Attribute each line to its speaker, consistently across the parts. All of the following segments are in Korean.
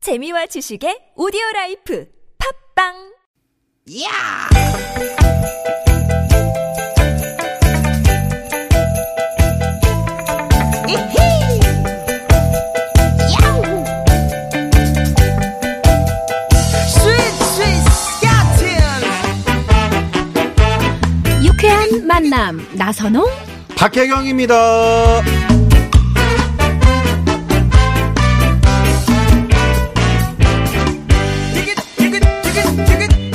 Speaker 1: 재미와 지식의 오디오 라이프 팝빵
Speaker 2: 야! 이히! 야우! 스윗 스윗 스캇틴!
Speaker 3: 유쾌한 만남 나선홍
Speaker 4: 박혜경입니다.
Speaker 2: 티켓 티켓 티켓 티켓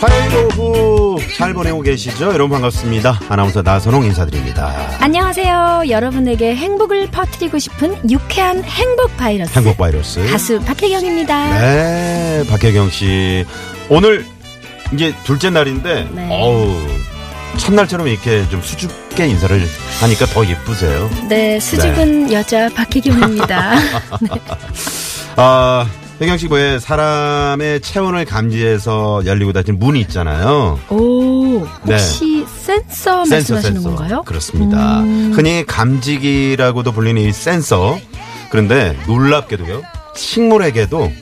Speaker 4: 화요일 오후 잘 보내고 계시죠? 여러분 반갑습니다. 아나운서 나선홍 인사드립니다.
Speaker 3: 안녕하세요 여러분에게 행복을 퍼뜨리고 싶은 유쾌한 행복 바이러스
Speaker 4: 한국 바이러스.
Speaker 3: 가수 박혜경입니다
Speaker 4: 네, 박혜경 씨. 오늘 이제 둘째 날인데,
Speaker 3: 네.
Speaker 4: 어우, 첫날처럼 이렇게 좀 수줍게 인사를 하니까 더 예쁘세요.
Speaker 3: 네, 수줍은 여자 박혜경입니다
Speaker 4: 아, 혜경 씨, 왜 사람의 체온을 감지해서 열리고 닫힌 문이 있잖아요.
Speaker 3: 오
Speaker 4: 네.
Speaker 3: 혹시 센서 말씀하시는 건가요?
Speaker 4: 그렇습니다.
Speaker 3: 음,
Speaker 4: 흔히 감지기라고도 불리는 이 센서. 그런데 놀랍게도요. 식물에게도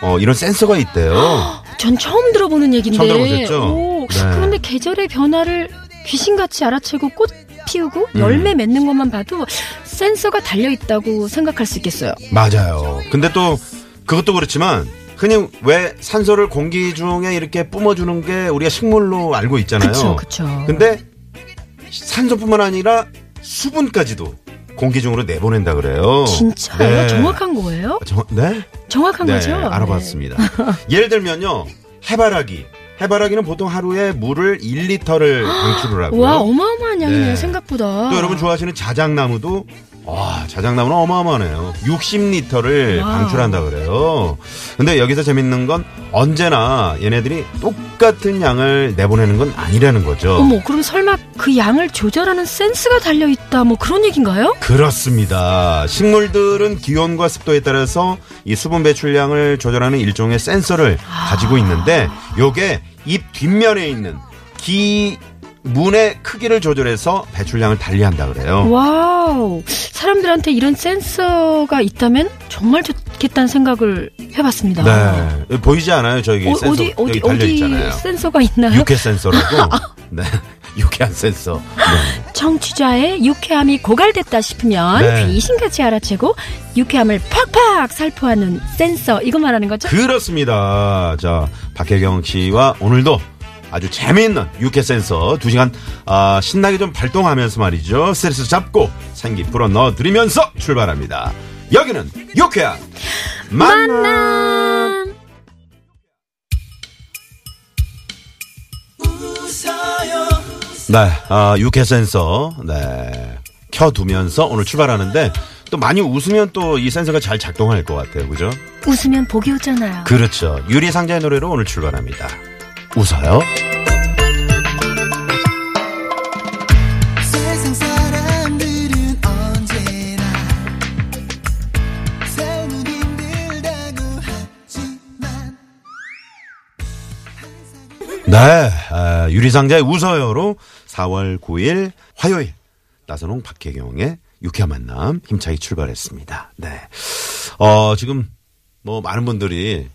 Speaker 4: 어, 이런 센서가 있대요.
Speaker 3: 전 처음 들어보는 얘긴데
Speaker 4: 처음 들어보셨죠?
Speaker 3: 오,
Speaker 4: 네.
Speaker 3: 그런데 계절의 변화를 귀신같이 알아채고 꽃 피우고
Speaker 4: 음.
Speaker 3: 열매 맺는 것만 봐도 센서가 달려있다고 생각할 수 있겠어요
Speaker 4: 맞아요. 근데 또 그것도 그렇지만 흔히 왜 산소를 공기 중에 이렇게 뿜어주는 게 우리가 식물로 알고 있잖아요.
Speaker 3: 그쵸 그쵸
Speaker 4: 근데 산소뿐만 아니라 수분까지도 공기 중으로 내보낸다 그래요. 네.
Speaker 3: 진짜요? 정확한 거예요?
Speaker 4: 정- 네?
Speaker 3: 정확한
Speaker 4: 네,
Speaker 3: 거죠?
Speaker 4: 알아봤습니다. 예를 들면요, 해바라기. 해바라기는 보통 하루에 물을 1리터를 방출을
Speaker 3: 네.
Speaker 4: 하고요.
Speaker 3: 와 어마어마한 양이네요
Speaker 4: 네.
Speaker 3: 생각보다.
Speaker 4: 또 여러분 좋아하시는 자작나무도 와 자작나무는 어마어마하네요. 60리터를
Speaker 3: 와우.
Speaker 4: 방출한다 그래요. 근데 여기서 재밌는 건 언제나 얘네들이 똑같은 양을 내보내는 건 아니라는 거죠.
Speaker 3: 어머 그럼 설마 그 양을 조절하는 센스가 달려있다 뭐 그런 얘긴가요?
Speaker 4: 그렇습니다. 식물들은 기온과 습도에 따라서 이 수분 배출량을 조절하는 일종의 센서를 가지고 있는데 요게 잎 뒷면에 있는 기 문의 크기를 조절해서 배출량을 달리한다 그래요.
Speaker 3: 와우 사람들한테 이런 센서가 있다면 정말 좋겠다는 생각을 해봤습니다.
Speaker 4: 네. 보이지 않아요? 저기
Speaker 3: 어,
Speaker 4: 센서
Speaker 3: 디 어디
Speaker 4: 여기 달려
Speaker 3: 어디
Speaker 4: 있잖아요.
Speaker 3: 센서가 있나요?
Speaker 4: 육해 센서라고. 네. 유쾌한 센서. 네.
Speaker 3: 청취자의 유쾌함이 고갈됐다 싶으면
Speaker 4: 네.
Speaker 3: 귀신같이 알아채고 유쾌함을 팍팍 살포하는 센서 이거 말하는
Speaker 4: 그
Speaker 3: 거죠?
Speaker 4: 그렇습니다. 자, 박혜경 씨와 오늘도 아주 재미있는 유쾌 센서 두 시간 아, 신나게 좀 발동하면서 말이죠. 스트레스 잡고 생기 풀어 넣어드리면서 출발합니다. 여기는 유쾌한
Speaker 3: 아,
Speaker 4: 만남. 네, 아, 유쾌 센서 네 켜두면서 오늘 출발하는데 또 많이 웃으면 또 이 센서가 잘 작동할 것 같아요, 그죠?
Speaker 3: 웃으면 복이 오잖아요.
Speaker 4: 그렇죠. 유리 상자의 노래로 오늘 출발합니다. 웃어요.
Speaker 5: 세상 사람들은 언제나 삶은 힘들다고 하지만
Speaker 4: 네, 아, 유리상자의 웃어요로 4월 9일 화요일 나선홍 박혜경의 유쾌한 만남 힘차게 출발했습니다. 네, 어 지금 뭐 많은 분들이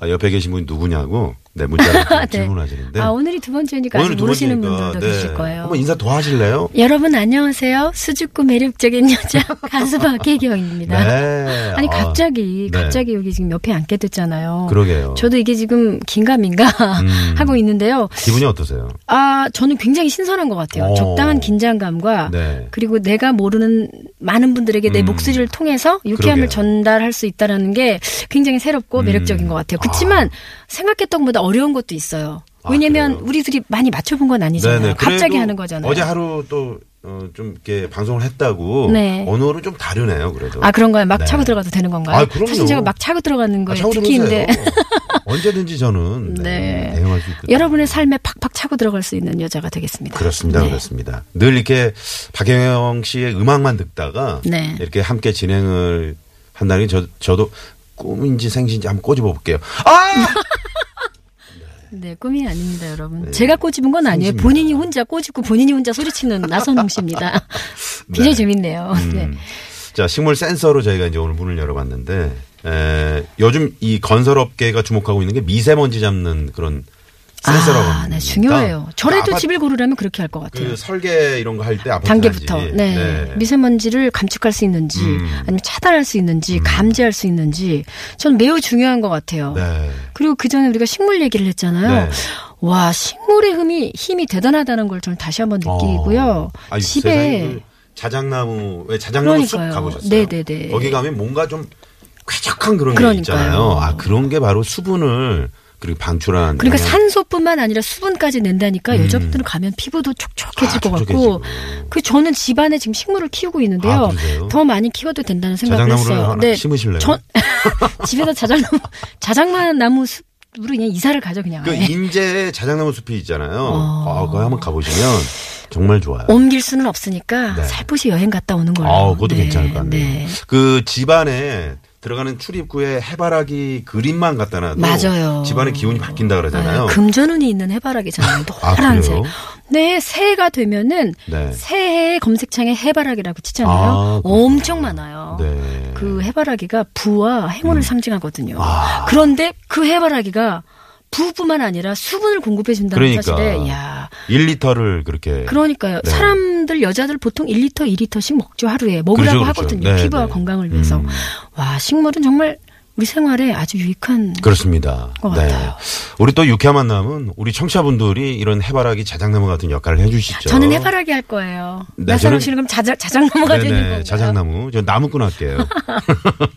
Speaker 4: 아, 옆에 계신 분이 누구냐고 네 문자
Speaker 3: 네.
Speaker 4: 질문하시는데
Speaker 3: 아 오늘이 두 번째니까 아직
Speaker 4: 오늘은 두
Speaker 3: 모르시는
Speaker 4: 번째니까,
Speaker 3: 분들도
Speaker 4: 네.
Speaker 3: 계실 거예요.
Speaker 4: 한번 인사 더 하실래요?
Speaker 3: 여러분 안녕하세요. 수줍고 매력적인 여자 가수 박혜경입니다.
Speaker 4: 네.
Speaker 3: 아니
Speaker 4: 아,
Speaker 3: 갑자기
Speaker 4: 네.
Speaker 3: 갑자기 여기 지금 옆에 앉게 됐잖아요.
Speaker 4: 그러게요.
Speaker 3: 저도 이게 지금 긴가민가
Speaker 4: 음.
Speaker 3: 하고 있는데요.
Speaker 4: 기분이 어떠세요?
Speaker 3: 아 저는 굉장히 신선한 것 같아요.
Speaker 4: 어.
Speaker 3: 적당한 긴장감과
Speaker 4: 네.
Speaker 3: 그리고 내가 모르는 많은 분들에게 내
Speaker 4: 음.
Speaker 3: 목소리를 통해서 유쾌함을
Speaker 4: 그러게요.
Speaker 3: 전달할 수 있다는 게 굉장히 새롭고
Speaker 4: 음.
Speaker 3: 매력적인 것 같아요. 그렇지만 생각했던 것보다 어려운 것도 있어요.
Speaker 4: 아,
Speaker 3: 왜냐면
Speaker 4: 그래요? 네,
Speaker 3: 우리들이 많이 맞춰본 건 아니잖아요. 갑자기
Speaker 4: 그래도
Speaker 3: 하는 거잖아요.
Speaker 4: 어제 하루 또 어, 좀 이렇게 방송을 했다고
Speaker 3: 네.
Speaker 4: 언어는 좀 다르네요. 그래도.
Speaker 3: 아 그런가요? 막
Speaker 4: 네.
Speaker 3: 차고 들어가도 되는 건가요?
Speaker 4: 아, 그럼요.
Speaker 3: 사실 제가 막 차고 들어가는
Speaker 4: 아,
Speaker 3: 거에
Speaker 4: 샤워
Speaker 3: 특기인데
Speaker 4: 들어오세요. 언제든지 저는
Speaker 3: 네.
Speaker 4: 네, 대응할 수 있거든요.
Speaker 3: 여러분의 삶에 팍팍 차고 들어갈 수 있는 여자가 되겠습니다.
Speaker 4: 그렇습니다,
Speaker 3: 네.
Speaker 4: 그렇습니다. 늘 이렇게 박영영 씨의 음악만 듣다가
Speaker 3: 네.
Speaker 4: 이렇게 함께 진행을 한다는 게 저, 저도 꿈인지 생신인지 한번 꼬집어 볼게요. 아!
Speaker 3: 네, 꿈이 아닙니다, 여러분.
Speaker 4: 네.
Speaker 3: 제가 꼬집은 건 아니에요.
Speaker 4: 성심입니다.
Speaker 3: 본인이 혼자 꼬집고 본인이 혼자 소리치는 나선홍 씨입니다. 굉장히
Speaker 4: 네.
Speaker 3: 재밌네요. 네.
Speaker 4: 음. 자, 식물 센서로 저희가 이제 오늘 문을 열어봤는데 에, 요즘 이 건설업계가 주목하고 있는 게 미세먼지 잡는 그런 센서라고
Speaker 3: 아,
Speaker 4: 합니다. 그
Speaker 3: 네, 중요해요. 저래도
Speaker 4: 아파트
Speaker 3: 집을 고르려면 그렇게 할 것 같아요.
Speaker 4: 그 설계 이런 거 할 때 아파트
Speaker 3: 단계부터
Speaker 4: 단지.
Speaker 3: 네.
Speaker 4: 네. 음.
Speaker 3: 미세먼지를 감축할 수 있는지 아니면 차단할 수 있는지 감지할 수 있는지 저는 매우 중요한 것 같아요.
Speaker 4: 네.
Speaker 3: 그리고 그 전에 우리가 식물 얘기를 했잖아요.
Speaker 4: 네.
Speaker 3: 와 식물의 힘이 힘이 대단하다는 걸 저는 다시 한번 느끼고요.
Speaker 4: 어. 아니, 세상에
Speaker 3: 집에
Speaker 4: 그 자작나무 왜 자작나무 숲
Speaker 3: 그러니까요.
Speaker 4: 가보셨어요?
Speaker 3: 네네네.
Speaker 4: 거기 가면 뭔가 좀 쾌적한 그런 게
Speaker 3: 그러니까요.
Speaker 4: 있잖아요. 아 그런 게 바로 수분을 그리고 방출하는.
Speaker 3: 그러니까
Speaker 4: 영향-
Speaker 3: 산소뿐만 아니라 수분까지 낸다니까 여자분들 가면 피부도 촉촉해질
Speaker 4: 아,
Speaker 3: 것 같고
Speaker 4: 음. 촉촉해지고.
Speaker 3: 그 저는 집안에 지금 식물을 키우고 있는데요.
Speaker 4: 아, 그러세요?
Speaker 3: 더 많이 키워도 된다는 생각을
Speaker 4: 자작나무를
Speaker 3: 했어요. 네.
Speaker 4: 하나 심으실래요?
Speaker 3: 전- 집에서 자작나무 자작나무 숲으로 그냥 이사를 가죠 그냥.
Speaker 4: 그
Speaker 3: 아예.
Speaker 4: 인제 자작나무 숲이 있잖아요.
Speaker 3: 네. 어.
Speaker 4: 아 그거 한번 가보시면 정말 좋아요.
Speaker 3: 옮길 수는 없으니까
Speaker 4: 네.
Speaker 3: 살포시 여행 갔다 오는 걸로.
Speaker 4: 아, 그것도
Speaker 3: 네,
Speaker 4: 괜찮을 것 같네요.
Speaker 3: 네.
Speaker 4: 그 집안에 들어가는 출입구에 해바라기 그림만 갖다 놔도
Speaker 3: 맞아요.
Speaker 4: 집안의 기운이 바뀐다 그러잖아요.
Speaker 3: 아, 금전운이 있는 해바라기잖아요.
Speaker 4: 아,
Speaker 3: 노란색.
Speaker 4: 그래요?
Speaker 3: 네, 새해가 되면은
Speaker 4: 네.
Speaker 3: 새해 검색창에 해바라기라고 치잖아요.
Speaker 4: 아, 그렇구나.
Speaker 3: 엄청 많아요.
Speaker 4: 네.
Speaker 3: 그 해바라기가 부와 행운을 상징하거든요.
Speaker 4: 음. 아.
Speaker 3: 그런데 그 해바라기가 부뿐만 아니라 수분을 공급해 준다는
Speaker 4: 그러니까.
Speaker 3: 사실에 야
Speaker 4: 1리터를 그렇게
Speaker 3: 그러니까요.
Speaker 4: 네.
Speaker 3: 사람들 여자들 보통 1리터, 2리터씩 먹죠 하루에 먹으라고
Speaker 4: 그렇죠, 그렇죠.
Speaker 3: 하거든요.
Speaker 4: 네,
Speaker 3: 피부와
Speaker 4: 네.
Speaker 3: 건강을 위해서.
Speaker 4: 음.
Speaker 3: 와 식물은 정말 우리 생활에 아주 유익한
Speaker 4: 그렇습니다.
Speaker 3: 것
Speaker 4: 네.
Speaker 3: 같아요.
Speaker 4: 우리 또 유쾌한 만남은 우리 청취자분들이 이런 해바라기 자작나무 같은 역할을 해주시죠.
Speaker 3: 저는 해바라기 할 거예요.
Speaker 4: 그렇죠. 네,
Speaker 3: 나사롱
Speaker 4: 저는-
Speaker 3: 씨는 그럼 자작, 자작나무가 되는
Speaker 4: 네네.
Speaker 3: 거예요.
Speaker 4: 자작나무. 저 나무꾼 할게요.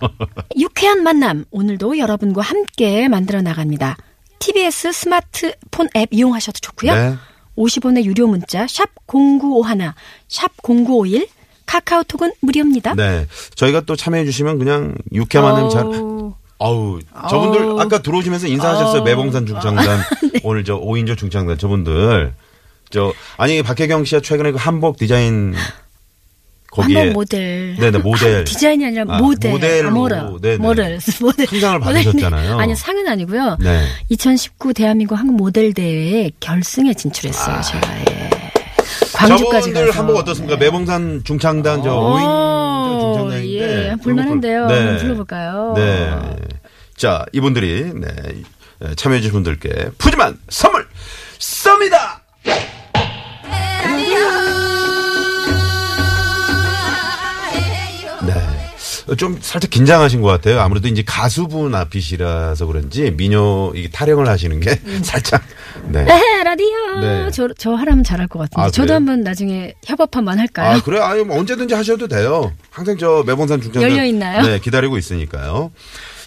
Speaker 3: 유쾌한 만남 오늘도 여러분과 함께 만들어 나갑니다. TBS 스마트폰 앱 이용하셔도 좋고요.
Speaker 4: 네.
Speaker 3: 50원의 유료 문자 샵 0951, 샵 0951 카카오톡은 무료입니다.
Speaker 4: 네. 저희가 또 참여해주시면 그냥 유쾌한 만남 잘.
Speaker 3: 어우,
Speaker 4: 아우, 저분들 아까 들어오시면서 인사하셨어요.
Speaker 3: 아우. 네.
Speaker 4: 매봉산 중창단. 오늘 저 5인조 중창단 저분들. 저 아니 박혜경 씨가 최근에 그 한복 디자인 거기에
Speaker 3: 한복 모델.
Speaker 4: 네네, 모델.
Speaker 3: 아, 디자인이 아니라
Speaker 4: 아,
Speaker 3: 모델.
Speaker 4: 모델로.
Speaker 3: 아, 뭐라.
Speaker 4: 네네.
Speaker 3: 모델. 모델.
Speaker 4: 상장을
Speaker 3: 모델.
Speaker 4: 받으셨잖아요.
Speaker 3: 아니, 상은 아니고요.
Speaker 4: 네.
Speaker 3: 2019 대한민국 한국 모델 대회에 결승에 진출했어요, 제가. 예. 광주까지
Speaker 4: 아. 저분들
Speaker 3: 가서.
Speaker 4: 한복 어떻습니까? 매봉산 중창단 저
Speaker 3: 오,
Speaker 4: 5인조 중창단인데
Speaker 3: 예, 볼만한데요.
Speaker 4: 불-
Speaker 3: 한번 불러볼까요?
Speaker 4: 네. 자, 이분들이 네. 에, 참여해주신 분들께 푸짐한 선물 쏩니다. 네. 어, 좀 살짝 긴장하신 것 같아요. 아무래도 이제 가수분 앞이시라서 그런지 미녀 이 타령을 하시는 게 살짝 네.
Speaker 3: 네, 라디오.
Speaker 4: 네.
Speaker 3: 저, 저 하라면 잘할 것 같은데.
Speaker 4: 아,
Speaker 3: 저도
Speaker 4: 그래요?
Speaker 3: 한번 나중에 협업 한번 할까요?
Speaker 4: 아 그래 아니 뭐 언제든지 하셔도 돼요. 항상 저 매봉산 중장단
Speaker 3: 열려 있나요?
Speaker 4: 네 기다리고 있으니까요.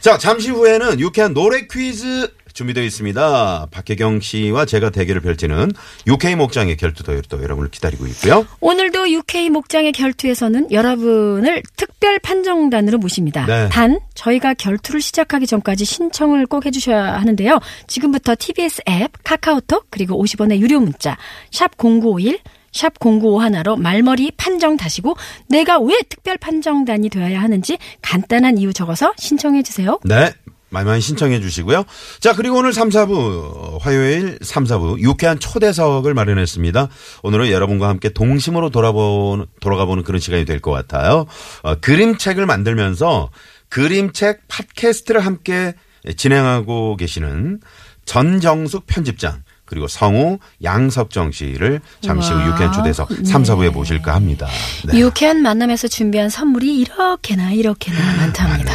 Speaker 4: 자 잠시 후에는 유쾌한 노래 퀴즈 준비되어 있습니다. 박혜경 씨와 제가 대결을 펼치는 UK 목장의 결투도 또 여러분을 기다리고 있고요.
Speaker 3: 오늘도 UK 목장의 결투에서는 여러분을 특별 판정단으로 모십니다.
Speaker 4: 네.
Speaker 3: 단 저희가 결투를 시작하기 전까지 신청을 꼭 해주셔야 하는데요. 지금부터 TBS 앱, 카카오톡 그리고 50원의 유료 문자 샵 #0951 샵 #0951로 말머리 판정 다시고 내가 왜 특별 판정단이 되어야 하는지 간단한 이유 적어서 신청해 주세요.
Speaker 4: 네. 많이 많이 신청해 주시고요. 자, 그리고 오늘 3, 4부, 화요일 3, 4부, 유쾌한 초대석을 마련했습니다. 오늘은 여러분과 함께 동심으로 돌아보는, 돌아가보는 그런 시간이 될 것 같아요. 어, 그림책을 만들면서 그림책 팟캐스트를 함께 진행하고 계시는 전정숙 편집장, 그리고 성우 양석정 씨를 잠시 후
Speaker 3: 와.
Speaker 4: 유쾌한 초대석 3, 4부에 모실까 합니다. 네.
Speaker 3: 유쾌한 만남에서 준비한 선물이 이렇게나 이렇게나
Speaker 4: 음,
Speaker 3: 많답니다.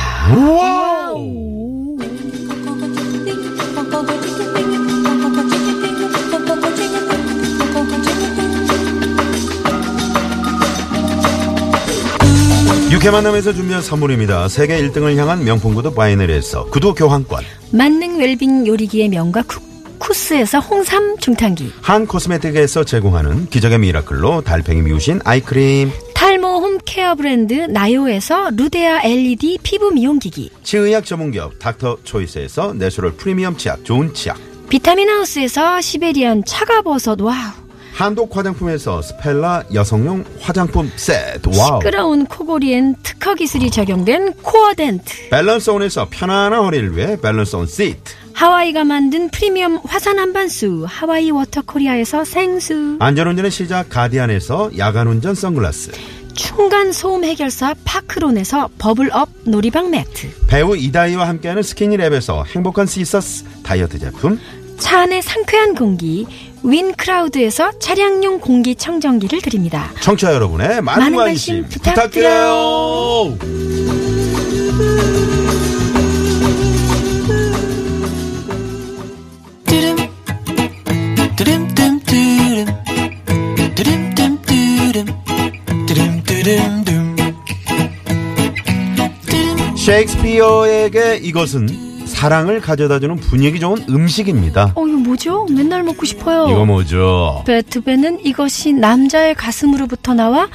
Speaker 4: 유쾌 만남에서 준비한 선물입니다. 세계 1등을 향한 명품 구두 바이너리에서 구두 교환권.
Speaker 3: 만능 웰빙 요리기의 명가 쿠, 쿠스에서 홍삼 중탕기
Speaker 4: 한 코스메틱에서 제공하는 기적의 미라클로 달팽이 미우신 아이크림
Speaker 3: 탈모 홈케어 브랜드 나요에서 루데아 LED 피부 미용기기
Speaker 4: 치의학 전문기업 닥터 초이스에서 내추럴 프리미엄 치약 좋은 치약
Speaker 3: 비타민 하우스에서 시베리안 차가버섯 와우
Speaker 4: 한독 화장품에서 스펠라 여성용 화장품 세트 와우
Speaker 3: 시끄러운 코골이엔 특허 기술이 적용된 코어덴트
Speaker 4: 밸런스온에서 편안한 허리를 위해 밸런스온 시트
Speaker 3: 하와이가 만든 프리미엄 화산 한반수 하와이 워터코리아에서 생수
Speaker 4: 안전운전의 시작 가디안에서 야간운전 선글라스
Speaker 3: 충간 소음 해결사 파크론에서 버블업 놀이방 매트.
Speaker 4: 배우 이다희와 함께하는 스키니랩에서 행복한 시서스 다이어트 제품
Speaker 3: 차 안의 상쾌한 공기 윈크라우드에서 차량용 공기청정기를 드립니다.
Speaker 4: 청취자 여러분의 많은,
Speaker 3: 많은
Speaker 4: 관심,
Speaker 3: 관심
Speaker 4: 부탁드려요.
Speaker 5: 드림 드림 드림 드림 드림 드림 드림 드림 드림 드림
Speaker 4: 셰익스피어에게 이것은 사랑을 가져다주는 분위기 좋은 음식입니다.
Speaker 3: 어, 이거 뭐죠? 맨날 먹고 싶어요.
Speaker 4: 이거 뭐죠?
Speaker 3: 베트벤은 이것이 남자의 가슴으로부터 나와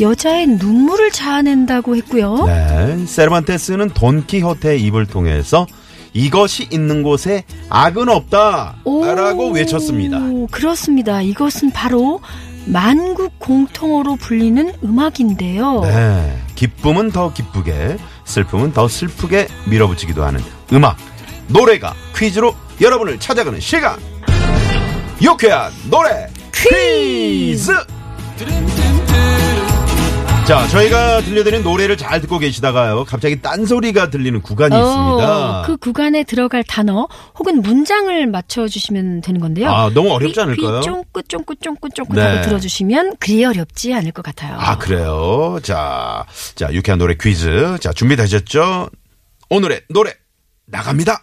Speaker 3: 여자의 눈물을 자아낸다고 했고요.
Speaker 4: 네, 세르반테스는 돈키호테의 입을 통해서 이것이 있는 곳에 악은
Speaker 3: 오,
Speaker 4: 없다라고 외쳤습니다.
Speaker 3: 그렇습니다. 이것은 바로 만국 공통어로 불리는 음악인데요.
Speaker 4: 네, 기쁨은 더 기쁘게, 슬픔은 더 슬프게 밀어붙이기도 하는 음악, 노래가 퀴즈로 여러분을 찾아가는 시간. 유쾌한 노래 퀴즈. 자, 저희가 들려드리는 노래를 잘 듣고 계시다가요, 갑자기 딴 소리가 들리는 구간이 네, 있습니다.
Speaker 3: 어, 그 구간에 들어갈 단어 혹은 문장을 맞춰주시면 되는 건데요.
Speaker 4: 아, 너무 어렵지
Speaker 3: 삐-
Speaker 4: 않을까요?
Speaker 3: 삐 쫑긋 쫑긋 쫑긋 쫑긋
Speaker 4: 네.
Speaker 3: 하고 들어주시면 그리 어렵지 않을 것 같아요.
Speaker 4: 아, 그래요. 자, 자, 유쾌한 노래 퀴즈. 자, 준비되셨죠? 오늘의 노래 나갑니다.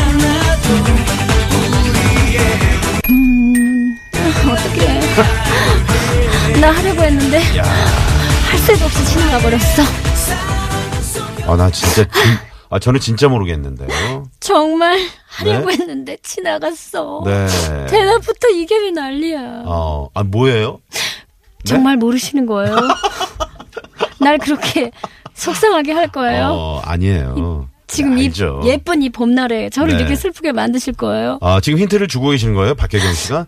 Speaker 3: 나 하려고 했는데 할 새도 없이 지나가 버렸어.
Speaker 4: 아, 나 진짜, 진- 아, 저는 진짜 모르겠는데요.
Speaker 3: 정말 하려고
Speaker 4: 네?
Speaker 3: 했는데 지나갔어.
Speaker 4: 네.
Speaker 3: 대낮부터 이게 왜 난리야.
Speaker 4: 어, 아, 뭐예요?
Speaker 3: 정말 모르시는 거예요. 날 그렇게 속상하게 할 거예요.
Speaker 4: 어, 아니에요.
Speaker 3: 지금 이
Speaker 4: 알죠.
Speaker 3: 예쁜 이 봄날에 저를
Speaker 4: 네.
Speaker 3: 이렇게 슬프게 만드실 거예요.
Speaker 4: 아, 지금 힌트를 주고 계시는 거예요, 박혜경 씨가?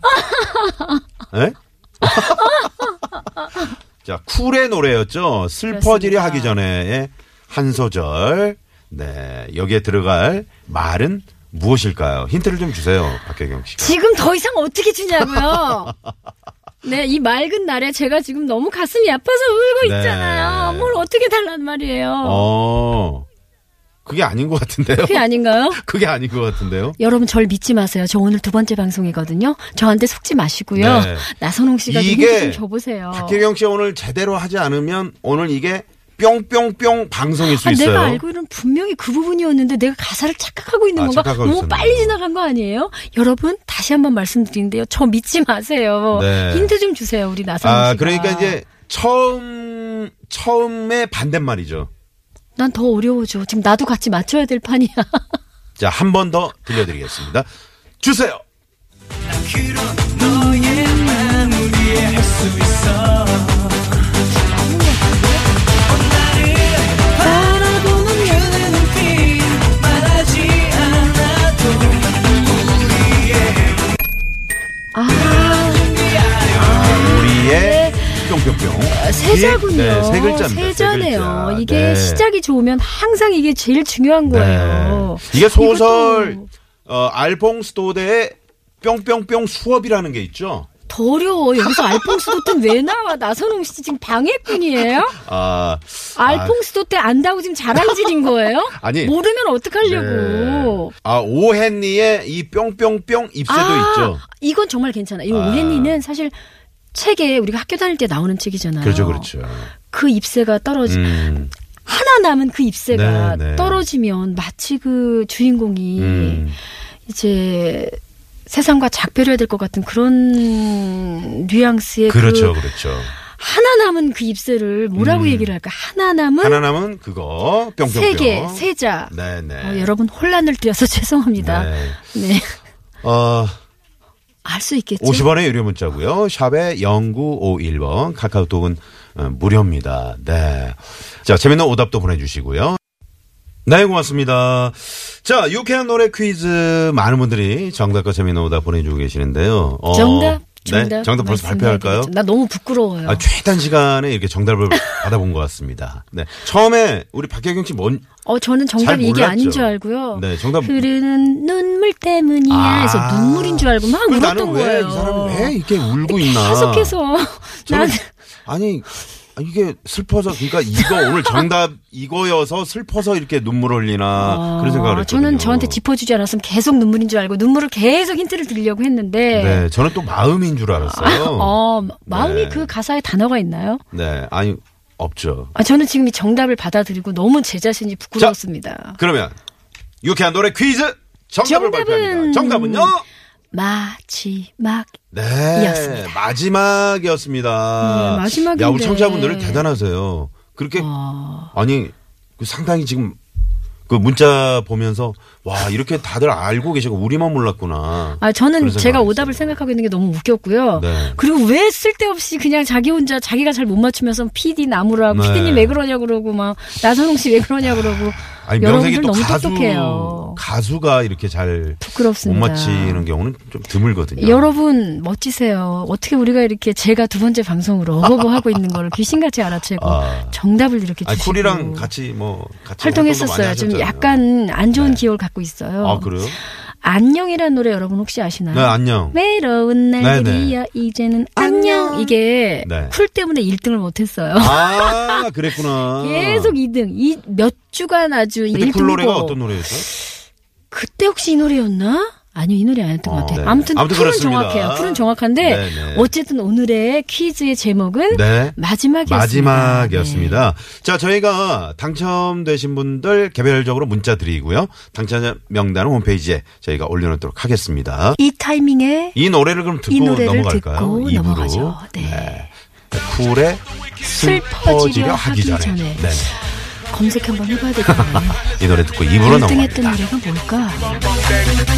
Speaker 4: 예? 자, 쿨의 노래였죠. 슬퍼지려
Speaker 3: 그렇습니다.
Speaker 4: 하기 전에의 예, 한 소절. 네, 여기에 들어갈 말은 무엇일까요? 힌트를 좀 주세요, 박혜경 씨가.
Speaker 3: 지금 더 이상 어떻게 주냐고요. 네, 이 맑은 날에 제가 지금 너무 가슴이 아파서 울고
Speaker 4: 네.
Speaker 3: 있잖아요. 뭘 어떻게 달란 말이에요.
Speaker 4: 어, 그게 아닌 것 같은데요?
Speaker 3: 그게 아닌가요?
Speaker 4: 그게 아닌 것 같은데요?
Speaker 3: 여러분 절 믿지 마세요. 저 오늘 두 번째 방송이거든요. 저한테 속지 마시고요.
Speaker 4: 네.
Speaker 3: 나선홍 씨가 좀
Speaker 4: 이게
Speaker 3: 힌트 좀 줘보세요.
Speaker 4: 박혜경 씨 오늘 제대로 하지 않으면 오늘 이게 뿅뿅뿅 방송일 수
Speaker 3: 아,
Speaker 4: 있어요.
Speaker 3: 내가 알고는 분명히 그 부분이었는데 내가 가사를 착각하고 있는
Speaker 4: 아,
Speaker 3: 건가?
Speaker 4: 착각하고
Speaker 3: 너무
Speaker 4: 있었네요.
Speaker 3: 빨리 지나간 거 아니에요? 여러분 다시 한번 말씀드리는데요. 저 믿지 마세요.
Speaker 4: 네.
Speaker 3: 힌트 좀 주세요, 우리 나선홍
Speaker 4: 아,
Speaker 3: 씨가.
Speaker 4: 그러니까 이제 처음 처음에 반대말이죠.
Speaker 3: 난 더 어려워져. 지금 나도 같이 맞춰야 될 판이야.
Speaker 4: 자, 한 번 더 들려드리겠습니다. 주세요.
Speaker 3: 아,
Speaker 4: 우리의 뿅뿅뿅.
Speaker 3: 네. 아, 세자군요.
Speaker 4: 네, 세 글자입니다.
Speaker 3: 세자네요.
Speaker 4: 세 글자.
Speaker 3: 이게
Speaker 4: 네.
Speaker 3: 시작이 좋으면 항상 이게 제일 중요한 거예요.
Speaker 4: 네. 이게 소설
Speaker 3: 이것도
Speaker 4: 어, 알퐁스 도데의 뿅뿅뿅 수업이라는 게 있죠.
Speaker 3: 더 어려워. 여기서 알퐁스 도트 왜 나와? 나선홍 씨 지금 방해꾼이에요?
Speaker 4: 아,
Speaker 3: 알퐁스 도트 안다고 지금 자랑질인 거예요?
Speaker 4: 아니.
Speaker 3: 모르면
Speaker 4: 네.
Speaker 3: 어떡하려고.
Speaker 4: 아, 오헨리의 이 뿅뿅뿅 입새도
Speaker 3: 아,
Speaker 4: 있죠.
Speaker 3: 이건 정말 괜찮아. 이
Speaker 4: 아.
Speaker 3: 오헨리는 사실 책에 우리가 학교 다닐 때 나오는 책이잖아요.
Speaker 4: 그렇죠, 그렇죠.
Speaker 3: 그 입새가 떨어지
Speaker 4: 음,
Speaker 3: 하나 남은 그 입새가
Speaker 4: 네, 네.
Speaker 3: 떨어지면 마치 그 주인공이
Speaker 4: 음.
Speaker 3: 이제 세상과 작별해야 될 것 같은 그런 뉘앙스의 그
Speaker 4: 그렇죠, 그렇죠.
Speaker 3: 하나 남은 그 입새를 뭐라고 얘기를 할까? 하나 남은
Speaker 4: 하나 남은 그거 뿅뿅뿅.
Speaker 3: 세계 세자.
Speaker 4: 네, 네.
Speaker 3: 어, 여러분 혼란을 드려서 죄송합니다.
Speaker 4: 네.
Speaker 3: 네,
Speaker 4: 어,
Speaker 3: 알 수 있겠죠.
Speaker 4: 50원의 유료 문자고요. 샵에 0951번 카카오톡은 어, 무료입니다. 네. 자, 재밌는 오답도 보내주시고요. 네, 고맙습니다. 자, 유쾌한 노래 퀴즈 많은 분들이 정답과 재밌는 오답 보내주고 계시는데요. 어,
Speaker 3: 정답
Speaker 4: 네, 정답 벌써 발표할까요?
Speaker 3: 말씀드렸죠. 나 너무 부끄러워요.
Speaker 4: 아, 최단 시간에 이렇게 정답을 받아본 것 같습니다. 네. 처음에 우리 박혜경 씨 뭔,
Speaker 3: 어, 저는
Speaker 4: 잘
Speaker 3: 정답이 이게
Speaker 4: 몰랐죠.
Speaker 3: 아닌 줄 알고요.
Speaker 4: 네, 정답.
Speaker 3: 흐르는 눈물 때문이야.
Speaker 4: 아.
Speaker 3: 해서 눈물인 줄 알고 막
Speaker 4: 그래서
Speaker 3: 울었던
Speaker 4: 나는 왜,
Speaker 3: 거예요.
Speaker 4: 이 사람이 왜 이렇게 울고 있나.
Speaker 3: 계속해서
Speaker 4: 저는-
Speaker 3: 나는
Speaker 4: 아니 이게 슬퍼서 그러니까 이거 오늘 정답 이거여서 슬퍼서 이렇게 눈물 흘리나 그런 생각을
Speaker 3: 아,
Speaker 4: 했거든요.
Speaker 3: 저는 저한테 짚어주지 않았으면 계속 눈물인 줄 알고 눈물을 계속 힌트를 드리려고 했는데
Speaker 4: 네, 저는 또 마음인 줄 알았어요.
Speaker 3: 어, 마음이
Speaker 4: 네.
Speaker 3: 그 가사에 단어가 있나요?
Speaker 4: 네, 아니 없죠.
Speaker 3: 아, 저는 지금 이 정답을 받아들이고 너무 제 자신이 부끄러웠습니다.
Speaker 4: 그러면 유쾌한 노래 퀴즈 정답을
Speaker 3: 정답은-
Speaker 4: 발표합니다. 정답은요?
Speaker 3: 마지막
Speaker 4: 네,
Speaker 3: 이었습니다.
Speaker 4: 마지막이었습니다.
Speaker 3: 네, 마지막인데.
Speaker 4: 야, 우리 청취자분들은 대단하세요. 그렇게 아니 그 상당히 지금 그 문자 보면서 와 이렇게 다들 알고 계시고 우리만 몰랐구나.
Speaker 3: 아, 저는
Speaker 4: 그런 생각이
Speaker 3: 제가
Speaker 4: 있어요.
Speaker 3: 오답을 생각하고 있는 게 너무 웃겼고요.
Speaker 4: 네.
Speaker 3: 그리고 왜 쓸데없이 그냥 자기 혼자 자기가 잘 못 맞추면서 PD 나무라고
Speaker 4: 네.
Speaker 3: PD님 왜 그러냐 그러고 막 나선홍 씨 왜 그러냐 그러고
Speaker 4: 아니 명색이
Speaker 3: 여러분들
Speaker 4: 또
Speaker 3: 너무
Speaker 4: 가수
Speaker 3: 똑똑해요.
Speaker 4: 가수가 이렇게 잘 못
Speaker 3: 부끄럽습니다.
Speaker 4: 맞히는 경우는 좀 드물거든요.
Speaker 3: 여러분 멋지세요. 어떻게 우리가 이렇게 제가 두 번째 방송으로 어버버 하고 있는 걸 귀신같이 알아채고
Speaker 4: 아.
Speaker 3: 정답을 이렇게
Speaker 4: 아니,
Speaker 3: 주시고
Speaker 4: 쿨이랑 같이 뭐 같이
Speaker 3: 활동했었어요.
Speaker 4: 활동도 많이
Speaker 3: 좀
Speaker 4: 하셨잖아요.
Speaker 3: 약간 안 좋은
Speaker 4: 네.
Speaker 3: 기억을 갖고 있어요.
Speaker 4: 아 그래요?
Speaker 3: 안녕이라는 노래 여러분 혹시 아시나요?
Speaker 4: 네 안녕.
Speaker 3: 외로운 날들이야 이제는 안녕 이게
Speaker 4: 네.
Speaker 3: 쿨 때문에 1등을 못했어요.
Speaker 4: 아 그랬구나.
Speaker 3: 계속 2등 이 몇 주간 아주
Speaker 4: 그때
Speaker 3: 1등이고
Speaker 4: 쿨 노래가 어떤 노래였죠?
Speaker 3: 그때 혹시 이 노래였나? 아니요 이 노래 아니었던
Speaker 4: 어,
Speaker 3: 것 같아요.
Speaker 4: 네.
Speaker 3: 아무튼,
Speaker 4: 아무튼
Speaker 3: 쿨은
Speaker 4: 그렇습니다.
Speaker 3: 정확해요. 쿨은 정확한데
Speaker 4: 네, 네.
Speaker 3: 어쨌든 오늘의 퀴즈의 제목은
Speaker 4: 네.
Speaker 3: 마지막이었습니다. 네.
Speaker 4: 마지막이었습니다. 자, 저희가 당첨되신 분들 개별적으로 문자 드리고요. 당첨자 명단은 홈페이지에 저희가 올려놓도록 하겠습니다.
Speaker 3: 네. 이 타이밍에
Speaker 4: 이 노래를 그럼 듣고
Speaker 3: 이 노래를
Speaker 4: 넘어갈까요?
Speaker 3: 듣고
Speaker 4: 입으로.
Speaker 3: 넘어가죠. 네.
Speaker 4: 쿨에 슬퍼지려 하기 전에. 네.
Speaker 3: 검색 한번 해봐야 되겠네요.
Speaker 4: 이 노래 듣고 입으로
Speaker 3: 1등 했던
Speaker 4: 넘어갑니다.
Speaker 3: 노래가 뭘까?